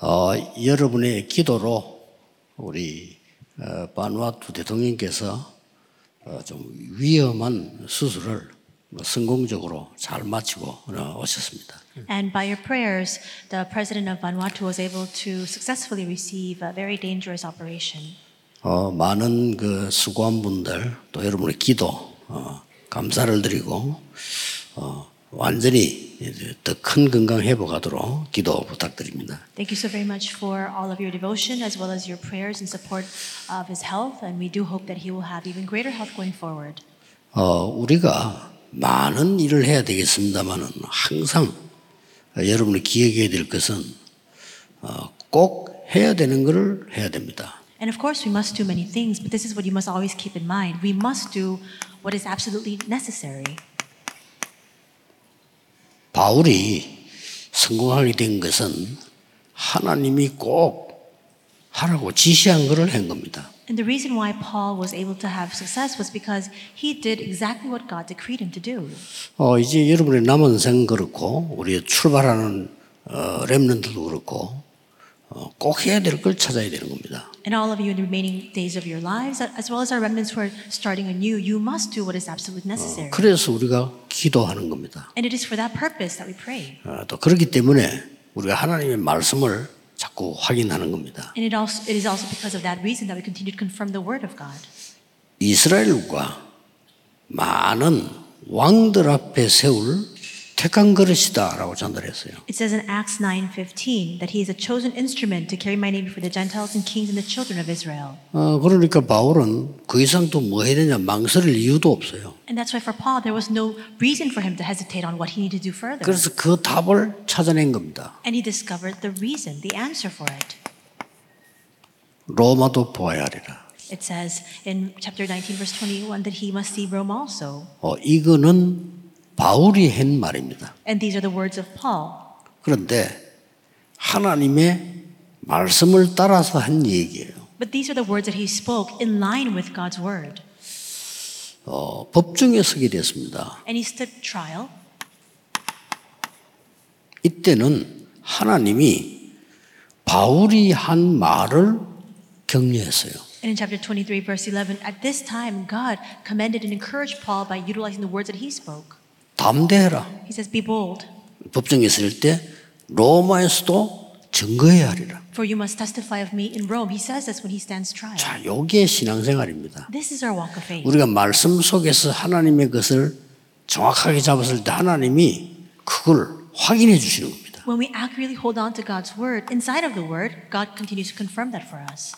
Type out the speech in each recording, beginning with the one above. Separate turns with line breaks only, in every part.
어, 여러분의 기도로 우리 어, 바누아투 대통령께서 어, 좀 위험한 수술을 뭐 성공적으로 잘 마치고 어, 오셨습니다.
And by your prayers, the president of Vanuatu was able to successfully receive a very dangerous operation.
어, 많은 그 수고한 분들 또 여러분의 기도 어, 감사를 드리고 어, 완전히 더 큰 건강 회복하도록 기도 부탁드립니다.
Thank you so very much for all of your devotion as well as your prayers in support of his health. And we do hope that he will have even greater health going forward.
어, 우리가 많은 일을 해야 되겠습니다만은 항상 여러분이 기억해야 될 것은 어, 꼭 해야 되는 것을 해야 됩니다.
And of course, we must do many things, but this is what you must always keep in mind. We must do what is absolutely necessary.
바울이 성공하게 된 것은 하나님이 꼭 하라고 지시한 것을 한 겁니다.
And the reason why Paul was able to have success was because he did exactly what God decreed him to do.
어, 이제 여러분의 남은 생 그렇고 우리의 출발하는 어, 렘넌트도 그렇고 어, 꼭 해야 될 걸 찾아야 되는 겁니다.
And all of you in the remaining days of your lives, as well as our remnants who are starting anew, you must do what is absolutely necessary.
그래서 우리가 기도하는 겁니다.
And it is for that purpose that we pray.
어, 또 그렇기 때문에 우리가 하나님의 말씀을 자꾸 확인하는 겁니다.
And it, also, it is also because of that reason that we continue to confirm the word of God.
이스라엘과 많은 왕들 앞에 세울 택한 그릇이다라고 전달했어요.
It says in Acts 9:15 that he is a chosen instrument to carry my name before the Gentiles and kings and the children of Israel.
어, 그러니까 바울은 그 이상 또 뭐 해야 되냐 망설일 이유도 없어요.
And that's why for Paul there was no reason for him to hesitate on what he needed to do further.
그래서 그 답을 찾아낸 겁니다.
And he discovered the reason, the answer for it.
로마도 보아야 하리라.
It says in chapter 19 verse 21 that he must see Rome also.
어, 이거는 바울이 한 말입니다.
And these are the words of Paul.
그런데 하나님의 말씀을 따라서 한 얘기예요.
But these are the words that he spoke in line with God's word.
어, 법정에 서게 됐습니다.
And he stood trial.
이때는 하나님이 바울이 한 말을 격려했어요.
And in chapter 23 verse 11, at this time God commended and encouraged Paul by utilizing the words that he spoke.
담대해라.
He says, "Be bold,
법정에 있을 때 로마에서도 증거해야 하리라.
for you must testify of me in Rome." He says this when he stands trial.
자, 요게 신앙생활입니다.
This is our walk of faith.
우리가 말씀 속에서 하나님의 것을 정확하게 잡았을 때 하나님이 그걸 확인해 주시는 겁니다.
When we accurately hold on to God's word, inside of the word, God continues to confirm that for us.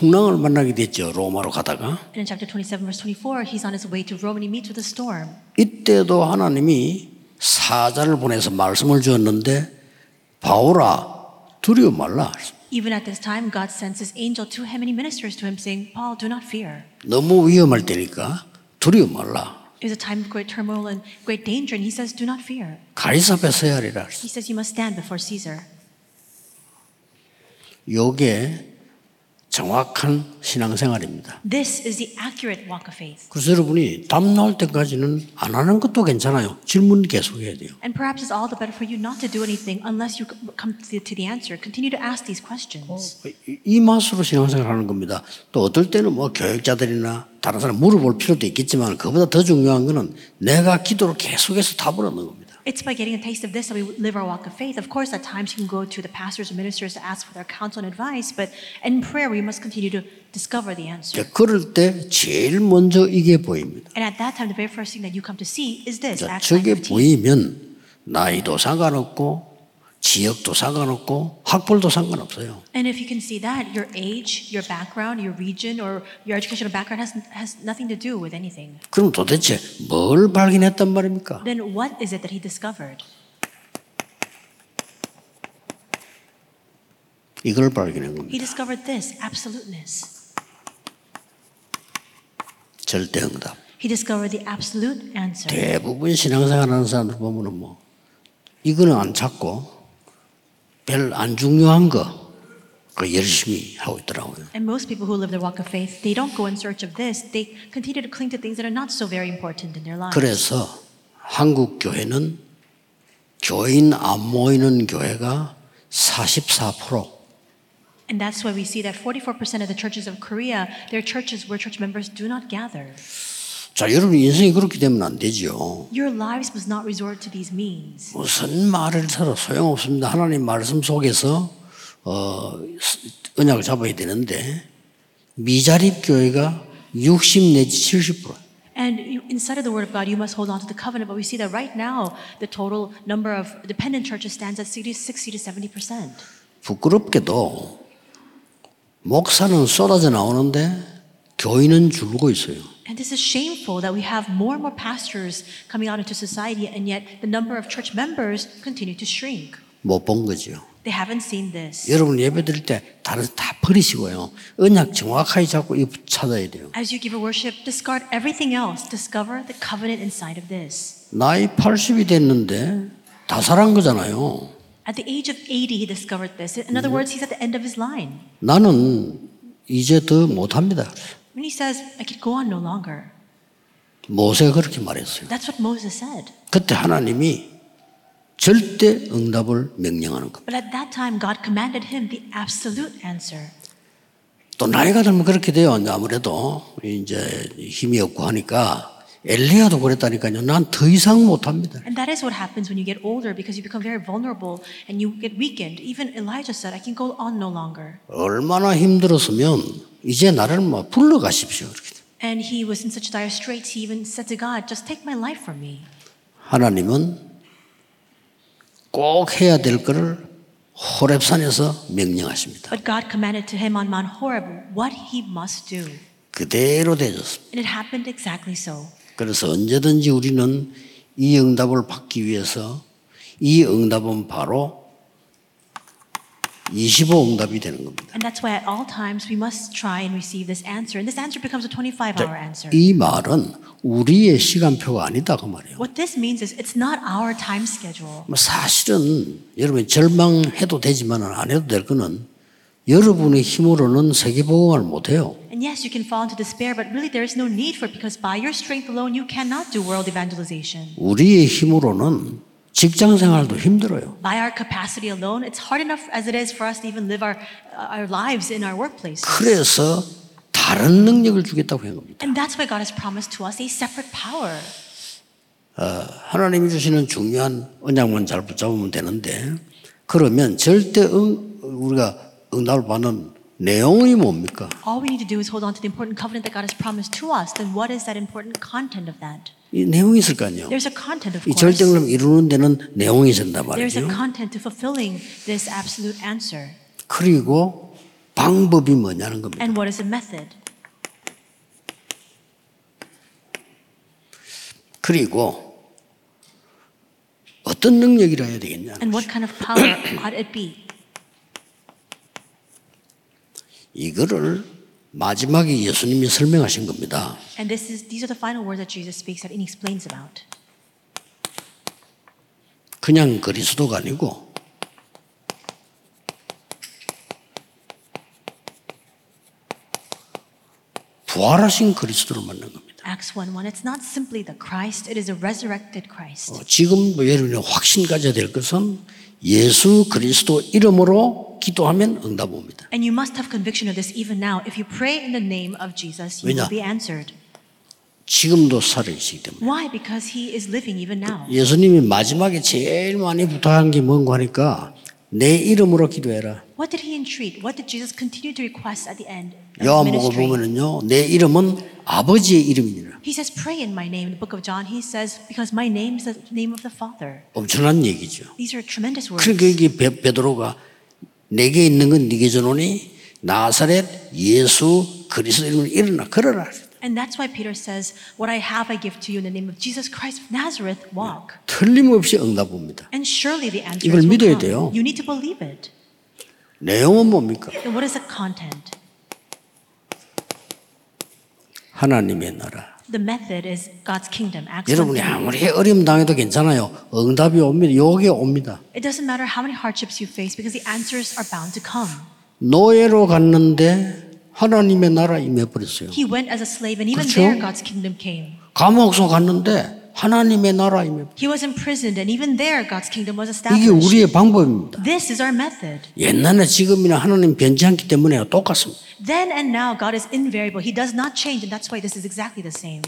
풍랑을 만나게 됐죠. 로마로 가다가.
And in chapter 27 verse 24, he's on his way to Rome and he meets with a storm.
이때도 하나님이 사자를 보내서 말씀을 주었는데 바울아 두려워 말라.
Even at this time, God sends his angel to him and he ministers to him, saying, Paul, do not fear.
너무 위험할 때니까 두려워 말라.
It was a time of great turmoil and great danger, and he says, Do not fear.
가이사 앞에 서야 하리라.
He says, You must stand before Caesar.
요게 정확한 신앙생활입니다.
This is the accurate walk of faith.
그래서 여러분이 답 나올 때까지는 안 하는 것도 괜찮아요. 질문 계속 해야 돼요.
And perhaps it's all the better for you not to do anything unless you come to the, to the answer. Continue to ask these questions.
이- 이 맛으로 신앙생활 하는 겁니다. 또 어떨 때는 뭐 교육자들이나 다른 사람 물어볼 필요도 있겠지만 그보다 더 중요한 거는 내가 기도로 계속해서 답을 얻는 겁니다.
It's by getting a taste of this that we live our walk of faith. Of course, at times you can go to the pastors and ministers to ask for their counsel and advice, but in prayer, we must continue to discover the answer.
이제 그럴 때 제일 먼저 이게 보입니다.
And at that time, the very first thing that you come to see is this.
자,
Acts
저게
9:15.
보이면 나이도 상관없고 지역도 상관없고 학벌도 상관없어요.
And if you can see that, your age, your background, your region, or your educational background has, has nothing to do with anything.
그럼 도대체 뭘 발견했단 말입니까?
Then what is it that he discovered?
이걸 발견한
He
겁니다.
discovered this absoluteness.
절대 응답.
He discovered the absolute answer.
대부분 신앙생활하는 사람들 보면은 뭐 이거는 안 찾고 별 안 중요한 거 그 열심히 하고 있더라고요.
And most people who live their walk of faith, they don't go in search of this. They continue to 아. cling to things that are not so very important in their lives.
그래서 한국 교회는 교인 안 모이는 교회가 44%
And that's why we see that 44% of the churches of Korea, they're churches where church members do not gather.
자, 여러분 인생이 그렇게 되면 안 되죠.
Your lives must not resort to these means.
무슨 말을 들어 소용없습니다. 하나님 말씀 속에서 어, 언약을 잡아야 되는데 미자립 교회가 60 내지 70%.
And you- inside of the Word of God, you must hold on to the covenant. But we see that right now, the total number of dependent churches stands at 60 60 to 70%.
부끄럽게도 목사는 쏟아져 나오는데 교인은 줄고 있어요.
And this is shameful that we have more and more pastors coming out into society, and yet the number of church members continue to shrink.
못 본 거죠.
They haven't seen this.
여러분 예배 드릴 때 다른 다 버리시고요. 언약 정확하게 잡고 이 찾아야 돼요.
As you give a worship, discard everything else. Discover the covenant inside of this.
나이 80이 됐는데 다살한 거잖아요.
At the age of 80, he discovered this. In other words, he's at the end of his line.
나는 이제 더 못합니다.
When he says, I could go on no longer,
모세가 그렇게 말했어요.
that's what Moses said.
그때 하나님이 절대 응답을 명령하는 겁니다.
But at that time, God commanded him the absolute answer.
또 나이가 들면 그렇게 돼요. 이제 아무래도 이제 힘이 없고 하니까 엘리야도 그랬다니까요. 난 더 이상 못합니다.
And that is what happens when you get older because you become very vulnerable and you get weakened. Even Elijah said, I can go on no longer.
얼마나 힘들었으면 이제 나를 막 불러가십시오. 이렇게 돼요.
And he was in such dire straits, he even said to God, Just take my life from me.
하나님은 꼭 해야 될 거를 호랩산에서 명령하십니다.
But God commanded to him on Mount Horeb what he must do.
그대로 되어졌습니다.
And it happened exactly so.
그래서 언제든지 우리는 이 응답을 받기 위해서 이 응답은 바로 25 응답이 되는 겁니다.
And that's why at all times we must try and receive this answer. And this answer becomes a 25 hour answer.
이 말은 우리의 시간표가 아니다 그 말이에요.
What this means is it's not our time schedule.
뭐 사실은 여러분 절망해도 되지만 안 해도 될 거는 여러분의 힘으로는 세계보험을 못 해요.
And yes, you can fall into despair, but really there is no need for it because by your strength alone, you cannot do world evangelization.
우리의 힘으로는 직장 생활도 힘들어요.
By our capacity alone, it's hard enough as it is for us to even live our, uh, our lives in our workplace.
그래서 다른 능력을 주겠다고 한 겁니다.
And that's why God has promised to us a separate power.
하나님이 주시는 중요한 언약만 잘 붙잡으면 되는데 그러면 절대 응, 우리가 응답을 받는 내용이 뭡니까?
All we need to do is hold on to the important covenant that God has promised to us. Then what is that important content of that?
이 내용이 있을 거 아니에요.
There's a content, of
이
course.
절대응답 이루는 데는 내용이 된단
There's
말이죠.
a content to fulfilling this absolute answer.
그리고 방법이 뭐냐는 겁니다.
And what is the method?
그리고 어떤 능력이라 해야 되겠냐?
And what kind of power ought it be?
이거를 마지막에 예수님이 설명하신 겁니다.
And this is these are the final words that Jesus speaks that he explains about.
그냥 그리스도가 아니고 부활하신 그리스도를 만난 겁니다.
Acts 1 1. It's not simply the Christ, it is a resurrected Christ.
어, 지금 뭐 여러분이 확신 가져야 될 것은 예수 그리스도 이름으로 기도하면 응답 옵니다.
And you must have conviction of this even now. If you pray in the name of Jesus, you
왜냐?
will be answered.
지금도 살아계시기 때문에.
Why? Because he is living even now.
예수님이 마지막에 제일 많이 부탁한 게 뭔가 하니까 내 이름으로 기도해라.
What did he entreat? What did Jesus continue to request at the end of his
요한복음
ministry?
보면은요. 내 이름은 아버지의 이름이니라.
He says, Pray in my name. In the book of John, he says, Because my name is the name of the Father.
엄청난 얘기죠.
These are tremendous words.
그러니까 이게 베- 베드로가 내게 있는 건 네게 주노니 나사렛 예수 그리스도 이름으로 일어나 걸어라.
And that's why Peter says, What I have I give to you in the name of Jesus Christ of Nazareth, walk.
틀림없이 응답 옵니다.
And surely the answer
이걸
is will
믿어야
come.
돼요.
You need to believe it.
내용은 뭡니까?
And what is the content?
하나님의 나라.
The method is God's kingdom. Acts 1.
여러분이 아무리 어려움 당해도 괜찮아요. 응답이 옵니다. 요게 옵니다.
It doesn't matter how many hardships you face because the answers are bound to come.
노예로 갔는데 하나님의 나라 임해버렸어요.
He went as a slave, and even
그렇죠?
there God's kingdom came.
감옥소 갔는데 하나님의 나라이며
He was imprisoned, and even there, God's kingdom was
이게
established.
우리의 방법입니다.
This is our method.
옛날에 지금이나 하나님 변치 않기 때문에 똑같습니다.
Then and now, God is invariable. He does not change, and that's why this is exactly the same.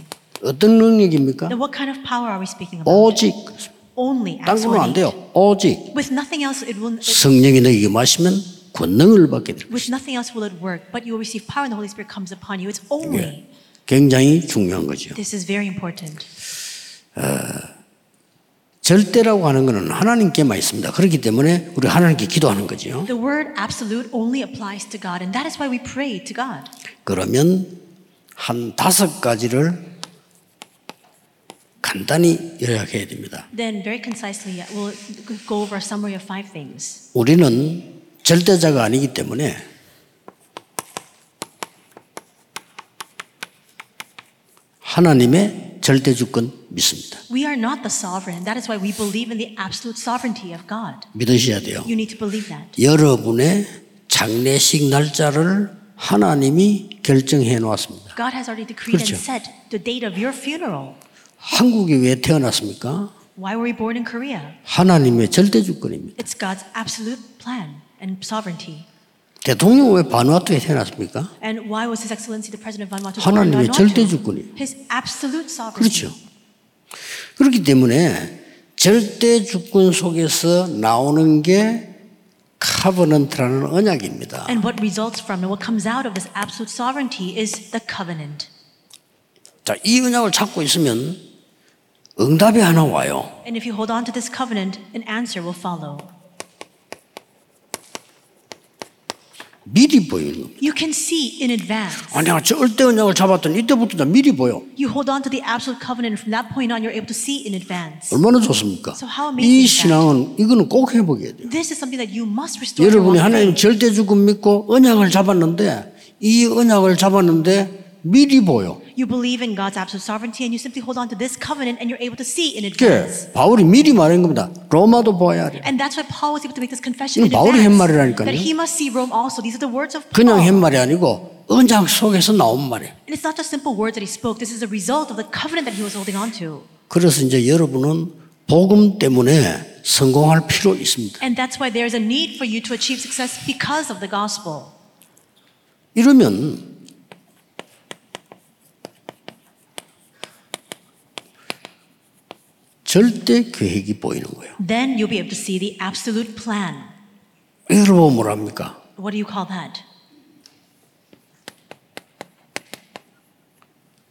어떤 능력입니까?
Then, what kind of power are we speaking about?
오직
Only
딴
Acts
거는 안
1:8.
돼요. 오직
With nothing else, it will.
성령이 너에게 마시면 권능을 받게 됩니다.
With nothing else will it work, but you will receive power, and the Holy Spirit comes upon you. It's only.
예. 굉장히 중요한 거죠.
This is very important.
절대라고 하는 것은 하나님께만 있습니다. 그렇기 때문에 우리 하나님께 기도하는 거죠.
The word absolute only applies to God, and that is why we pray to God.
그러면 한 다섯 가지를 간단히 요약해야 됩니다.
Then, very concisely, we'll go over a summary of five things.
우리는 절대자가 아니기 때문에 하나님의 절대 주권 믿습니다.
We are not the sovereign. That is why we believe in the absolute sovereignty of God.
믿으셔야 돼요.
You need to believe that.
여러분의 장례식 날짜를 하나님이 결정해 놓았습니다.
God has already decreed
그렇죠.
and set the date of your funeral.
한국에 왜 태어났습니까?
Why were we born in Korea?
하나님의 절대 주권입니다.
It's God's absolute plan and sovereignty.
대통령 왜 바누아투에 태어났습니까?
And why was His Excellency the President of Vanuatu? born in
하나님의 절대
Vanuatu?
주권이에요.
His absolute sovereignty.
그렇죠. 그렇기 때문에 절대 주권 속에서 나오는 게 카버넌트라는 언약입니다.
And what results from and what comes out of this absolute sovereignty is the covenant.
자, 이 언약을 찾고 있으면 응답이 하나 와요.
And if you hold on to this covenant, an answer will follow.
미리 보이는 겁니다.
You can see in advance.
아니야, 절대 언약을 잡았더니 이때부터 다 미리 보여.
You hold on to the absolute covenant, and from that point on, you're able to see in advance.
얼마나 좋습니까?
So how
이
amazing is that?
신앙은 이거는 꼭 회복해야 돼요.
This is something that you must restore. to your
여러분이
walk of
하나님
faith.
절대 주권 믿고 언약을 잡았는데 이 언약을 잡았는데 미리 보여.
You believe in God's absolute sovereignty, and you simply hold on to this covenant, and you're able to see in
이게
advance.
바울이 미리 말한 겁니다. 로마도 봐야 돼.
And that's why Paul was able to make this confession
이건
in
바울의
advance.
팻말이라니까요.
That he must see Rome also. These are the words of Paul.
그냥 한 말이 아니고 언약 속에서 나온 말이에요.
And it's not just simple words that he spoke. This is a result of the covenant that he was holding on to.
그래서 이제 여러분은 복음 때문에 성공할 필요 있습니다.
And that's why there's a need for you to achieve success because of the gospel.
이러면 절대 계획이 보이는 거예요.
Then you'll be able to see the absolute plan.
여러분 뭐랍니까?
What do you call that?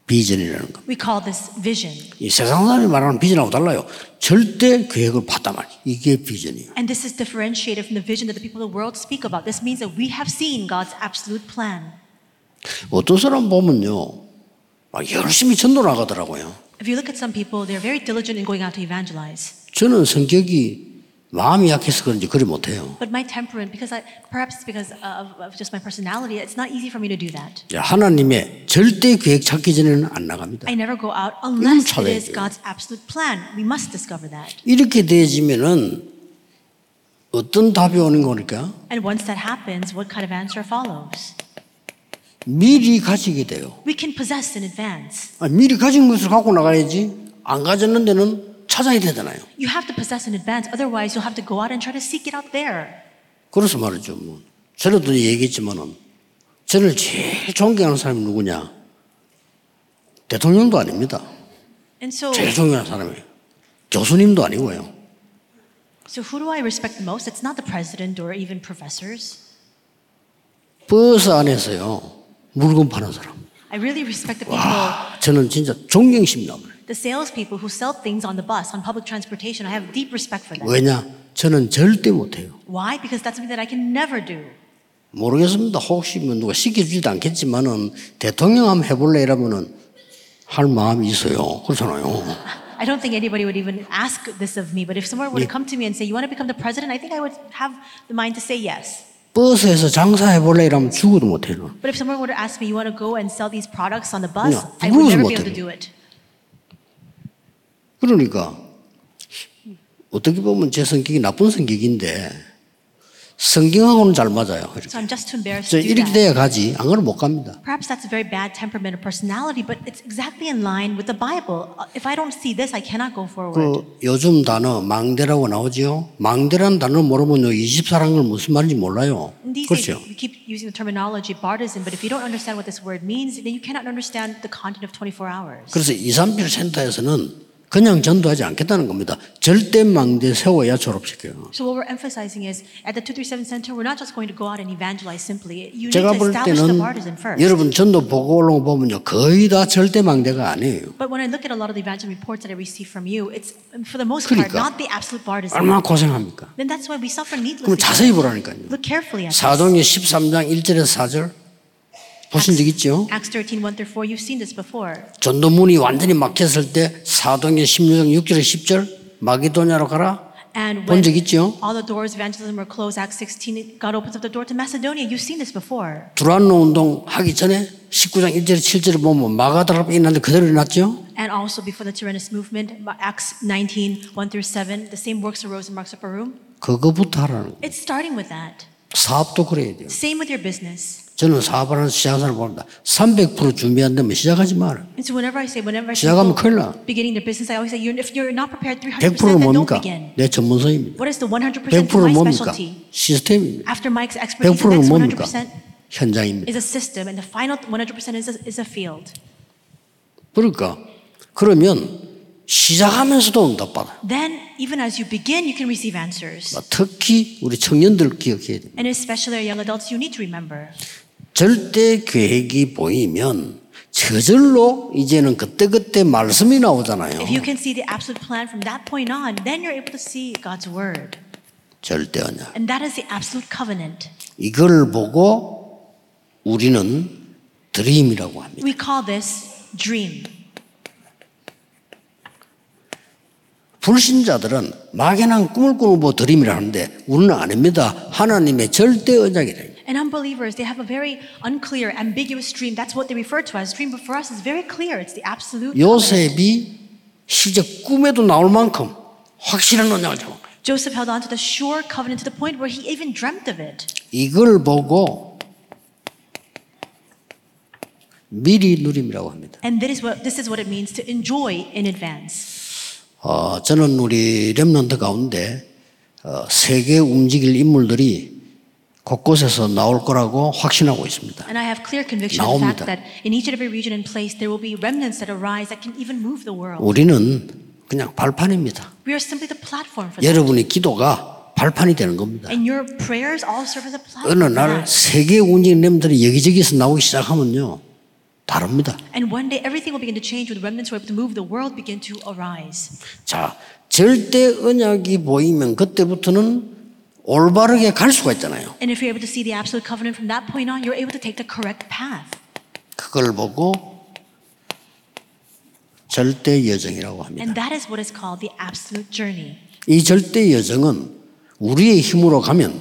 비전이라는 거.
We call this vision.
이 세상 사람이 말하는 비전하고 달라요. 절대 계획을 봤단 말이에요. 이게 비전이에요.
And this is differentiated from the vision that the people of the world speak about. This means that we have seen God's absolute plan.
어떤 사람 보면요. 막 열심히 전도 나가더라고요.
If you look at some people, they're very diligent in going out to evangelize.
저는 성격이 마음이 약해서 그런지 그리 못해요.
But my temperament, because I, perhaps it's because of, of just my personality, it's not easy for me to do that.
야, 하나님의 절대 계획 찾기 전에는 안 나갑니다.
I never go out unless it
잘해야
is
돼요.
God's absolute plan. We must discover that.
이렇게 되어지면은 어떤 답이 오는 거니까
And once that happens, what kind of answer follows?
미리 가지게 돼요.
We can possess in advance.
아, 미리 가진 것을 갖고 나가야지 안 가졌는데는 찾아야 되잖아요.
You have to possess in advance, otherwise, you'll have to go out and try to seek it out there.
그래서 말이죠. 뭐. 저도 얘기했지만은 저를 제일 존경하는 사람이 누구냐? 대통령도 아닙니다.
And so,
제일 존경하는 사람이 교수님도 아니고요.
so who do I respect the most? It's not the president or even professors.
버스 안에서요 물건 파는 사람.
I really respect the people,
아, 저는 진짜 존경심 나요.
the salespeople who sell things on the bus, on public transportation. I have deep respect for them.
왜냐? 저는 절대 못해요.
Why? Because that's something that I can never do.
모르겠습니다. 혹시 뭐 누가 시켜주지도 않겠지만은 대통령 한번 해볼래 이러면은 할 마음이 있어요. 그렇잖아요.
I don't think anybody would even ask this of me, but if someone were to come to me and say, You want to become the president? I think I would have the mind to say yes.
버스에서 장사해볼래 이러면 죽어도 못해요.
But if someone were to ask me, You want to go and sell these products on the bus?
No,
I would
rules
never
about
be able
them.
to do it.
그러니까 어떻게 보면 제 성격이 나쁜 성격인데 성경하고는 잘 맞아요. 이렇게.
So I'm just too embarrassed
저
to do
이렇게
that.
돼야 가지. 안 그러면 못 갑니다.
Perhaps that's a very bad temperament or personality, but it's exactly in line with the Bible. Uh, If I don't see this, I cannot go forward.
그 요즘 단어 망대라고 나오지요. 망대라는 단어 모르면 요 이집사랑은 무슨 말인지 몰라요.
And These days,
그렇죠.
we keep using the terminology partisan, but if you don't understand what this word means, then you cannot understand the content of 24 hours.
그래서 2, 3필 센터에서는 그냥 전도하지 않겠다는 겁니다. 절대 망대 세워야 졸업시켜요.
So what we're emphasizing is at the 237 Center, we're not just going to go out and evangelize simply. You need
제가
to
볼
establish the
때는
partisan first.
여러분 전도 보고 올라온 거 보면요. 거의 다 절대 망대가 아니에요.
But when I look at a lot of the evangelism reports that I receive from you, it's for the most
그러니까.
part not the absolute partisan.
얼마나 고생합니까?
Then that's why we suffer
그럼
needlessly.
자세히 보라니까요.
Look carefully at this.
사도행전 13장 1절에서 4절 보신 적 있죠?
Acts 13, 1 through 4, you've seen this before.
전도문이 완전히 막혔을 때 사도행전 16장 6절에 10절 마게도냐로 가라.
And
본
when
적 있죠?
all the doors of evangelism were closed, Acts 16, God opens up the door to Macedonia. You've seen this before.
두란노 운동 하기 전에 19장 1절에 7절에 보면 마가다라고 있는데 그대로 일어났죠?
And also before the Tyrannus movement, Acts 19, 1 through 7, the same works arose in Mark's upper room.
그거부터 하라는 거예요.
It's starting with that.
사업도 그래야 돼요.
Same with your business.
저는 사업하는 시작사를 봅니다. 300% 준비 안 되면 시작하지 마라.
And so whenever I say, whenever I see
시작하면 큰일
people
나.
beginning their business, I always say, you're, if you're not prepared 300%,
100%는
then don't
뭡니까?
begin.
내 전문성입니다.
What is the 100% to
100%는
my
뭡니까?
specialty?
시스템입니다.
After Mike's expertise, the
100%는 뭡니까?
next 100%
현장입니다.
is a system, and the final 100% is a, is a field.
그러니까 그러면 시작하면서도 응답받아요.
Then, even as you begin, you can receive answers.
특히 우리 청년들 기억해야 됩니다.
And especially our young adults, you need to remember.
절대 계획이 보이면 저절로 이제는 그때그때 말씀이 나오잖아요.
If you can see the absolute plan from that point on, then you're able to see God's word.
절대 언약.
And that is the absolute covenant.
이걸 보고 우리는 드림이라고 합니다.
We call this dream.
불신자들은 막연한 꿈을 꾸고 드림이라 하는데 우리는 아닙니다. 하나님의 절대 언약이래요.
And unbelievers, they have a very unclear, ambiguous dream. That's what they refer to as dream, but for us, it's very clear. It's the absolute. covenant.
요셉이 실제 꿈에도 나올 만큼 확실한 언약을 잡은 거예요.
Joseph held on to the sure covenant to the point where he even dreamt of it.
이걸 보고 미리 누림이라고 합니다.
And that is what, this is what it means to enjoy in advance.
어, 저는 우리 렘런트 가운데 어, 세계 움직일 인물들이 곳곳에서 나올 거라고 확신하고 있습니다.
And I have clear conviction of the
나옵니다.
fact that in each and every region and place, there will be remnants that arise that can even move the world.
우리는 그냥 발판입니다.
We are simply the platform for that.
여러분의 기도가 발판이 되는 겁니다.
And your prayers all serve as a platform.
어느
for
날
that.
세계 움직일 렘들이 여기저기서 나오기 시작하면요. 다릅니다.
And one day everything will begin to change when remnants who are able to move the world begin to arise.
자, 절대 언약이 보이면 그때부터는 올바르게 갈 수가 있잖아요.
And if you're able to see the absolute covenant from that point on, you're able to take the correct path.
그걸 보고 절대 여정이라고 합니다.
And that is what is called the absolute journey.
이 절대 여정은 우리의 힘으로 가면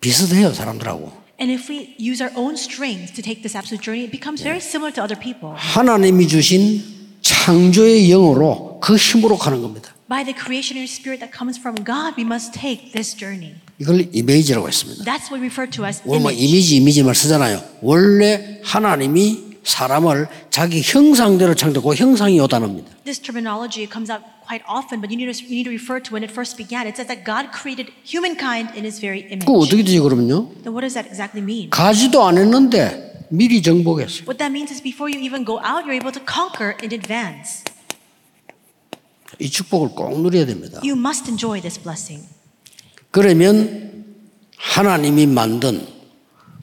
비슷해요, 사람들하고.
And if we use our own strength to take this absolute journey, it becomes very similar to other people.
하나님이 주신 창조의 영으로 그 힘으로 가는 겁니다.
By the creationary spirit that comes from God, we must take this journey.
이걸 이미지라고 했습니다.
That's what we refer to as
오늘 뭐
image.
이미지, 이미지 말 쓰잖아요. 원래 하나님이 사람을 자기 형상대로 창조하고 형상이 요단합니다.
This terminology comes up quite often, but you need, to, you need to refer to when it first began. It says that God created humankind in his very image.
그거 어떻게 되지 그러면요?
Then what does that exactly mean?
가지도 안 했는데 미리 정복했어요.
What that means is before you even go out, you're able to conquer in advance.
이 축복을 꼭 누려야 됩니다.
You must enjoy this blessing.
그러면 하나님이 만든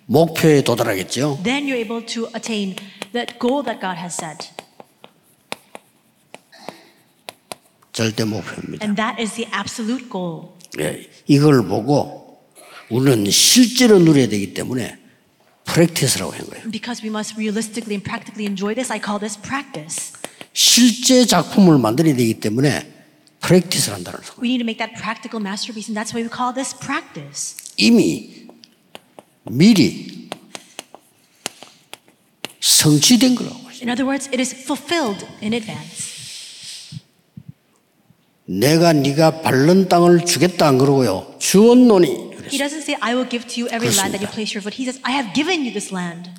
목표에 도달하겠죠.
Then you're able to attain that goal that God has set.
절대 목표입니다.
And that is the absolute goal.
예, 이걸 보고 우리는 실제로 누려야 되기 때문에 프랙티스라고 한 거예요.
And Because we must realistically and practically enjoy this, I call this practice.
실제 작품을 만들어야 되기 때문에 프랙티스를 한다는 거예요.
We need to make that practical masterpiece, and that's why we call this practice.
이미 미리 성취된 거라고 해요.
In other words, it is fulfilled in advance.
내가 네가 밟는 땅을 주겠다 안 그러고요. 주었노니
He
그랬어요.
doesn't say, I will give to you every land that you
그렇습니다.
place your foot. He says, I have given you this land.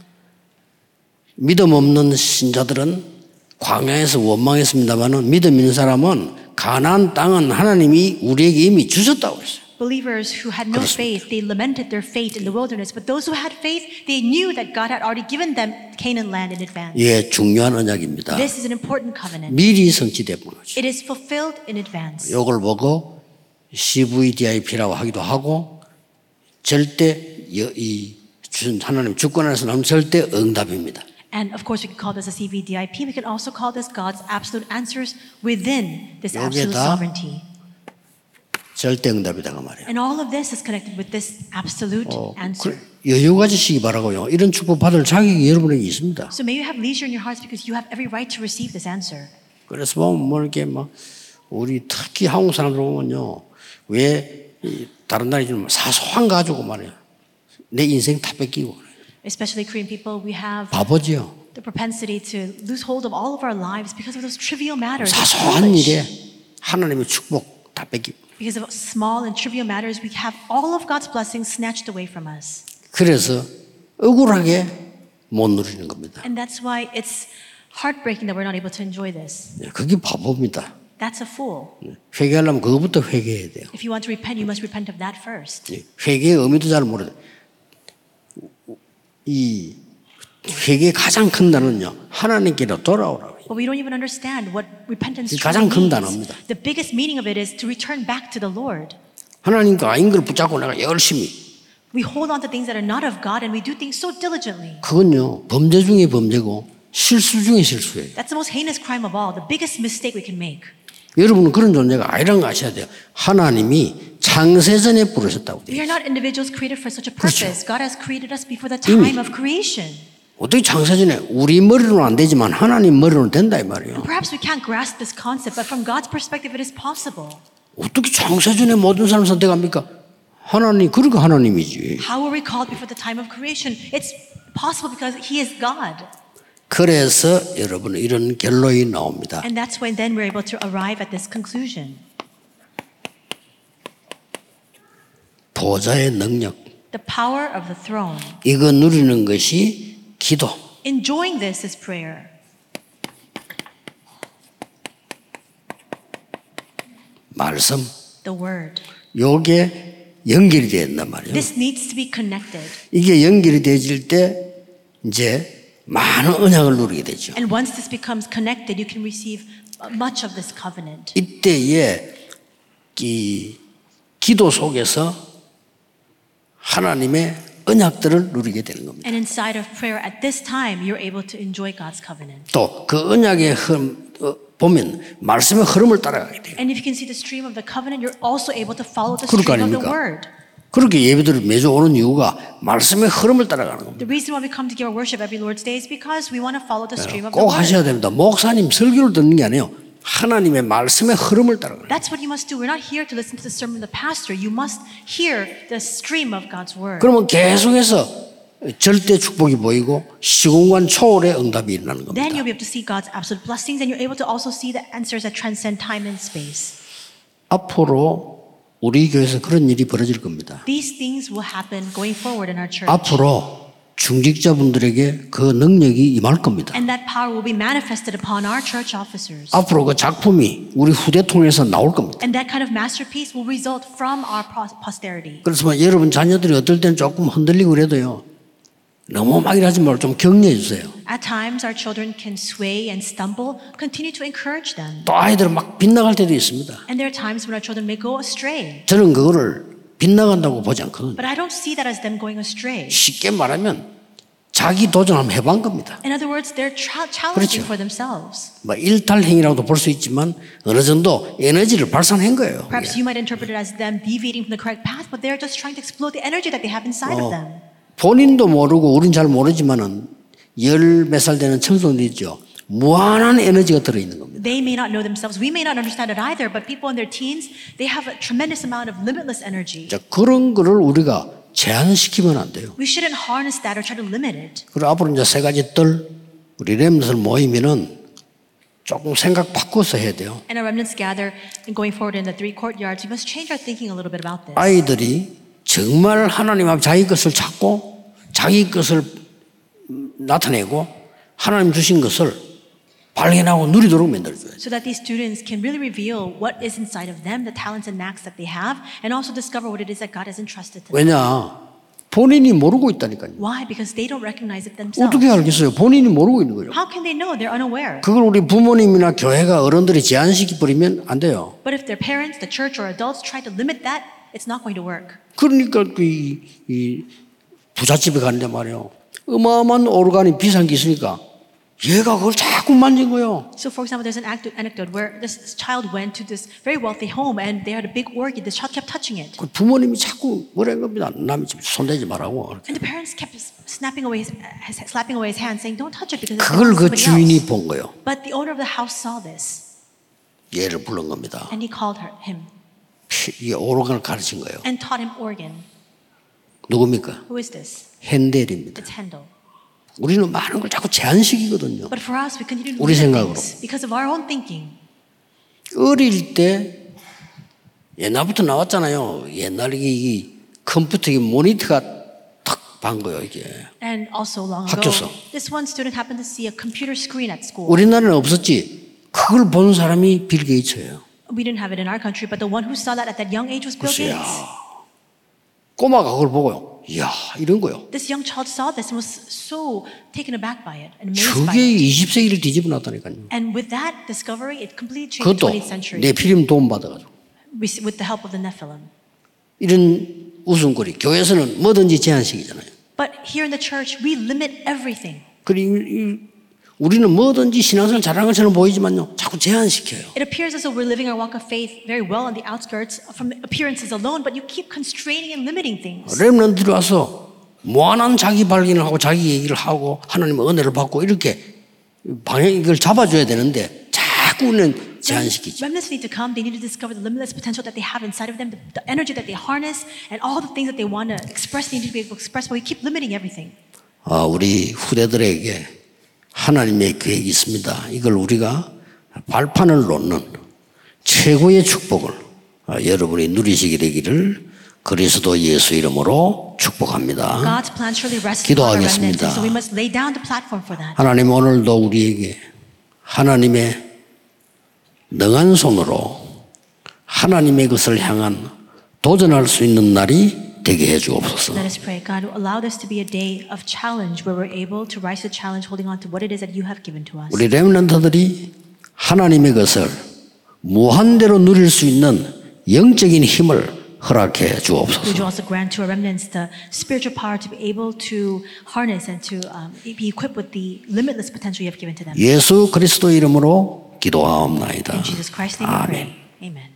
믿음 없는 신자들은 광야에서 원망했습니다만은 믿음 있는 사람은 가나안 땅은 하나님이 우리에게 이미 주셨다고 했어요.
Believers who had no
그렇습니다.
faith, they lamented their fate in the wilderness. But those who had faith, they knew that God had already given them Canaan land in advance.
예, 중요한 언약입니다.
This is an important covenant.
미리 성취된 거죠.
It is fulfilled in advance.
요걸 보고 CVDIP라고 하기도 하고 절대 여- 이 주- 하나님 주권 안에서 나오는 절대 응답입니다.
And of course, we can call this a CVDIP. We can also call this God's absolute answers within this absolute
여기에다
sovereignty.
절대 응답이다 그 말이에요.
And all of this is connected with this absolute
어,
answer.
그- 여유 가지시기 바라고요. 이런 축복 받을 자격이 여러분에게 있습니다.
So may you have leisure in your hearts because you have every right to receive this answer.
그래서 보면 뭐 이렇게 막 우리 특히 한국 사람들 보면요 왜이 다른 나라 좀 사소한 거 가지고 말이야 내 인생 다 뺏기고 그래요.
Especially Korean people, we have
바보지요.
the propensity to lose hold of all of our lives because of those trivial matters. It's
사소한
foolish.
일에 하나님의 축복 다 뺏기고
Because of small and trivial matters, we have all of God's blessings snatched away from us.
그래서 억울하게 못 누리는 겁니다.
And that's why it's heartbreaking that we're not able to enjoy this.
예, 그게 바보입니다.
That's a fool.
예, 회개하려면 그거부터 회개해야 돼요.
If you want to repent, you must repent of that first.
예, 회개의 의미도 잘 모르. 이 회개의 가장 큰 단어는요 하나님께로 돌아오라고.
But we don't even understand what repentance
이게
truly
가장 큰
means.
단어입니다.
The biggest meaning of it is to return back to the Lord.
하나님과 아닌 걸 붙잡고 내가 열심히
We hold on to things that are not of God and we do things so diligently.
그건요 범죄 중에 범죄고 실수 중에 실수예요.
That's the most heinous crime of all, the biggest mistake we can make.
여러분은 그런 존재가 아니란 거 아셔야 돼요. 하나님이 창세전에 부르셨다고
We
돼요.
are not individuals created for such a purpose. God has created us before the
이미.
time of creation.
어떻게 창세전에 우리 머리로는 안 되지만 하나님 머리로는 된다 이 말이에요.
Perhaps we can't grasp this concept, but from God's perspective, it is possible.
어떻게 창세전에 모든 사람 선택합니까? 하나님 그러니까 하나님이지.
How were we called before the time of creation? It's possible because He is God.
그래서 여러분 이런 결론이 나옵니다.
And that's when then we're able to arrive at this conclusion
보좌의 능력
the power of the throne.
이거 누리는 것이 기도.
Enjoying this is prayer.
말씀
The word.
요게 연결이 되어 있단 말이에요.
This needs to be connected.
이게 연결이 되질 때 이제 많은 언약을 누리게 되죠.
And once this becomes connected, you can receive uh, much of this covenant.
이때에 이 기도 속에서 하나님의 언약들을 누리게 되는 겁니다.
And inside of prayer, at this time, you're able to enjoy God's covenant.
또 그 언약의 흐름 어, 보면 말씀의 흐름을 따라가게 돼요.
And if you can see the stream of the covenant, you're also able to follow the
그럴 거
stream of the
아닙니까?
word.
그렇게 예배들을 매주 오는 이유가 말씀의 흐름을 따라가는 겁니다.
The reason why we come to give our worship every Lord's Day is because we want to follow the stream of the
꼭
word.
하셔야 됩니다. 목사님 설교를 듣는 게 아니에요. 하나님의 말씀의 흐름을 따라가는 거예요.
That's what you must do. We're not here to listen to the sermon of the pastor. You must hear the stream of God's word.
그러면 계속해서 절대 축복이 보이고 시공간 초월의 응답이 일어나는 겁니다.
Then you'll be able to see God's absolute blessings and you're able to also see the answers that transcend time and space.
앞으로 우리 교회에서 그런 일이 벌어질 겁니다.
These things will happen going forward in our church.
네. 앞으로 중직자분들에게 그 능력이 임할 겁니다.
And that power will be manifested upon our church officers.
앞으로 그 작품이 우리 후대 통해서 나올 겁니다.
And that kind of masterpiece will result from our pos- posterity.
그래서 뭐 여러분 자녀들이 어떨 땐 조금 흔들리고 그래도요. 너무 막 일하지 말고 좀 격려해 주세요.
At times, our children can sway and stumble. Continue to encourage them.
또 아이들은 막 빗나갈 때도 있습니다.
And there are times when our children may go astray.
저는 그거를 빗나간다고 보지 않거든요.
But I don't see that as them going astray.
쉽게 말하면 자기 도전 한번 해본 겁니다.
In other words, they're tra-
그렇죠.
challenging for themselves.
뭐 일탈행위라고도 볼 수 있지만 어느 정도 에너지를 발산한 거예요.
Perhaps you might interpret it as them deviating from the correct path, but they're just trying to exploit the energy that they have inside of them.
본인도 모르고 우린 잘 모르지만은 열 몇 살 되는 청소년이죠. 무한한 에너지가 들어있는 겁니다.
They may not know themselves. We may not understand it either, but people in their teens, they have a tremendous amount of limitless energy.
자, 그런 거를 우리가 제한시키면 안 돼요.
We shouldn't harness that or try to limit it.
그리고 앞으로 이제 세 가지 뜰, 우리 렘스를 모이면은 조금 생각 바꿔서 해야 돼요.
And our remnants gather, and going forward in the three courtyards, we must change our thinking a little bit about this.
아이들이 정말 하나님 앞 자기 것을 찾고 자기 것을 나타내고 하나님 주신 것을 발견하고 누리도록 만들어줘야 돼.
so that these students can really reveal what is inside of them, the talents and knacks that they have, and also discover what it is that God has entrusted to them.
왜냐? 본인이 모르고 있다니까요.
Why? Because they don't recognize it themselves.
어떻게 알겠어요? 본인이 모르고 있는 거죠.
How can they know? They're unaware.
그걸 우리 부모님이나 교회가 어른들이 제한시키 버리면 안 돼요.
But if their parents, the church, or adults try to limit that, it's not going to work.
그러니까 그 이, 이 부잣집에 가는데 말이에요. 어마어마한 오르간이 비싼 게 있으니까 얘가 그걸 자꾸 만진 거예요.
So, for example, there's an act- anecdote where this child went to this very wealthy home and they had a big orchid. The child kept touching it.
그 부모님이 자꾸 뭐라는 겁니다. 남의 집 손대지 말라고.
And the parents kept s- snapping away his, his, slapping away his hand, saying, Don't touch it because it's
그걸 그
somebody else.
주인이 본 거예요.
But the owner of the house saw this
얘를 부른 겁니다.
and he called her, him
이 오르간을 가르친 거예요.
and taught him organ.
누굽니까?
Who is this?
핸델입니다.
It's Handel.
우리는 많은 걸 자꾸 제한시키거든요.
But for us, we continue to
우리
limit
생각으로.
things because of our own thinking.
어릴 때 옛날부터 나왔잖아요. 옛날에 이 컴퓨터 이 모니터가 탁반 거예요 이게.
And also long ago,
학교에서.
this one student happened to see a computer screen at school.
우리나라는 없었지. 그걸 본 사람이 빌 게이츠예요.
We didn't have it in our country, but the one who saw that at that young age was Bill
글쎄요.
Gates.
꼬마가 그걸 보고요. 이야 이런 거요.
This young child saw this and was so taken aback by it and amazed by
저게 20세기를
it.
뒤집어 놨다니까요.
And with that discovery, it completely changed the
그것도
20th century
내 필름 도움 받아가지고
with with the help of the Nephilim.
이런 웃음거리. 교회에서는 뭐든지 제한식이잖아요.
But here in the church, we limit everything.
그리고 우리는 뭐든지 신앙생활 잘하는 것처럼 보이지만요. 자꾸 제한시켜요.
It appears as though we're living our walk of faith very well on the outskirts from appearances alone, but you keep constraining and limiting things.
렘런들이 와서 무한한 자기 발견을 하고 자기 얘기를 하고 하나님의 은혜를 받고 이렇게 방향 이걸 잡아줘야 되는데 자꾸는 제한시키죠.
Remnants need to come. They need to discover the limitless potential that they have inside of them, the, the energy that they harness, and all the things that they want to express need to be able to express, but we keep limiting everything.
아, 우리 후대들에게 하나님의 계획이 있습니다. 이걸 우리가 발판을 놓는 최고의 축복을 아, 여러분이 누리시게 되기를 그리스도 예수 이름으로 축복합니다.
God's plan surely rests upon our remnants, and so we
기도하겠습니다.
must lay down the platform for that.
하나님 오늘도 우리에게 하나님의 능한 손으로 하나님의 것을 향한 도전할 수 있는 날이 되게 해주옵소서.
Let us pray. God, allow this to be a day of challenge where we're able to rise to the challenge, holding on to what it is that you have given to us.
우리 렘런트들이 하나님의 것을 무한대로 누릴 수 있는 영적인 힘을 허락해
Would
주옵소서.
you also grant to our remnants the spiritual power to be able to harness and to um, be equipped with the limitless potential you have given to them?
예수 그리스도 이름으로
In
기도하옵나이다.
Jesus Christ's name we
아멘.
pray. Amen.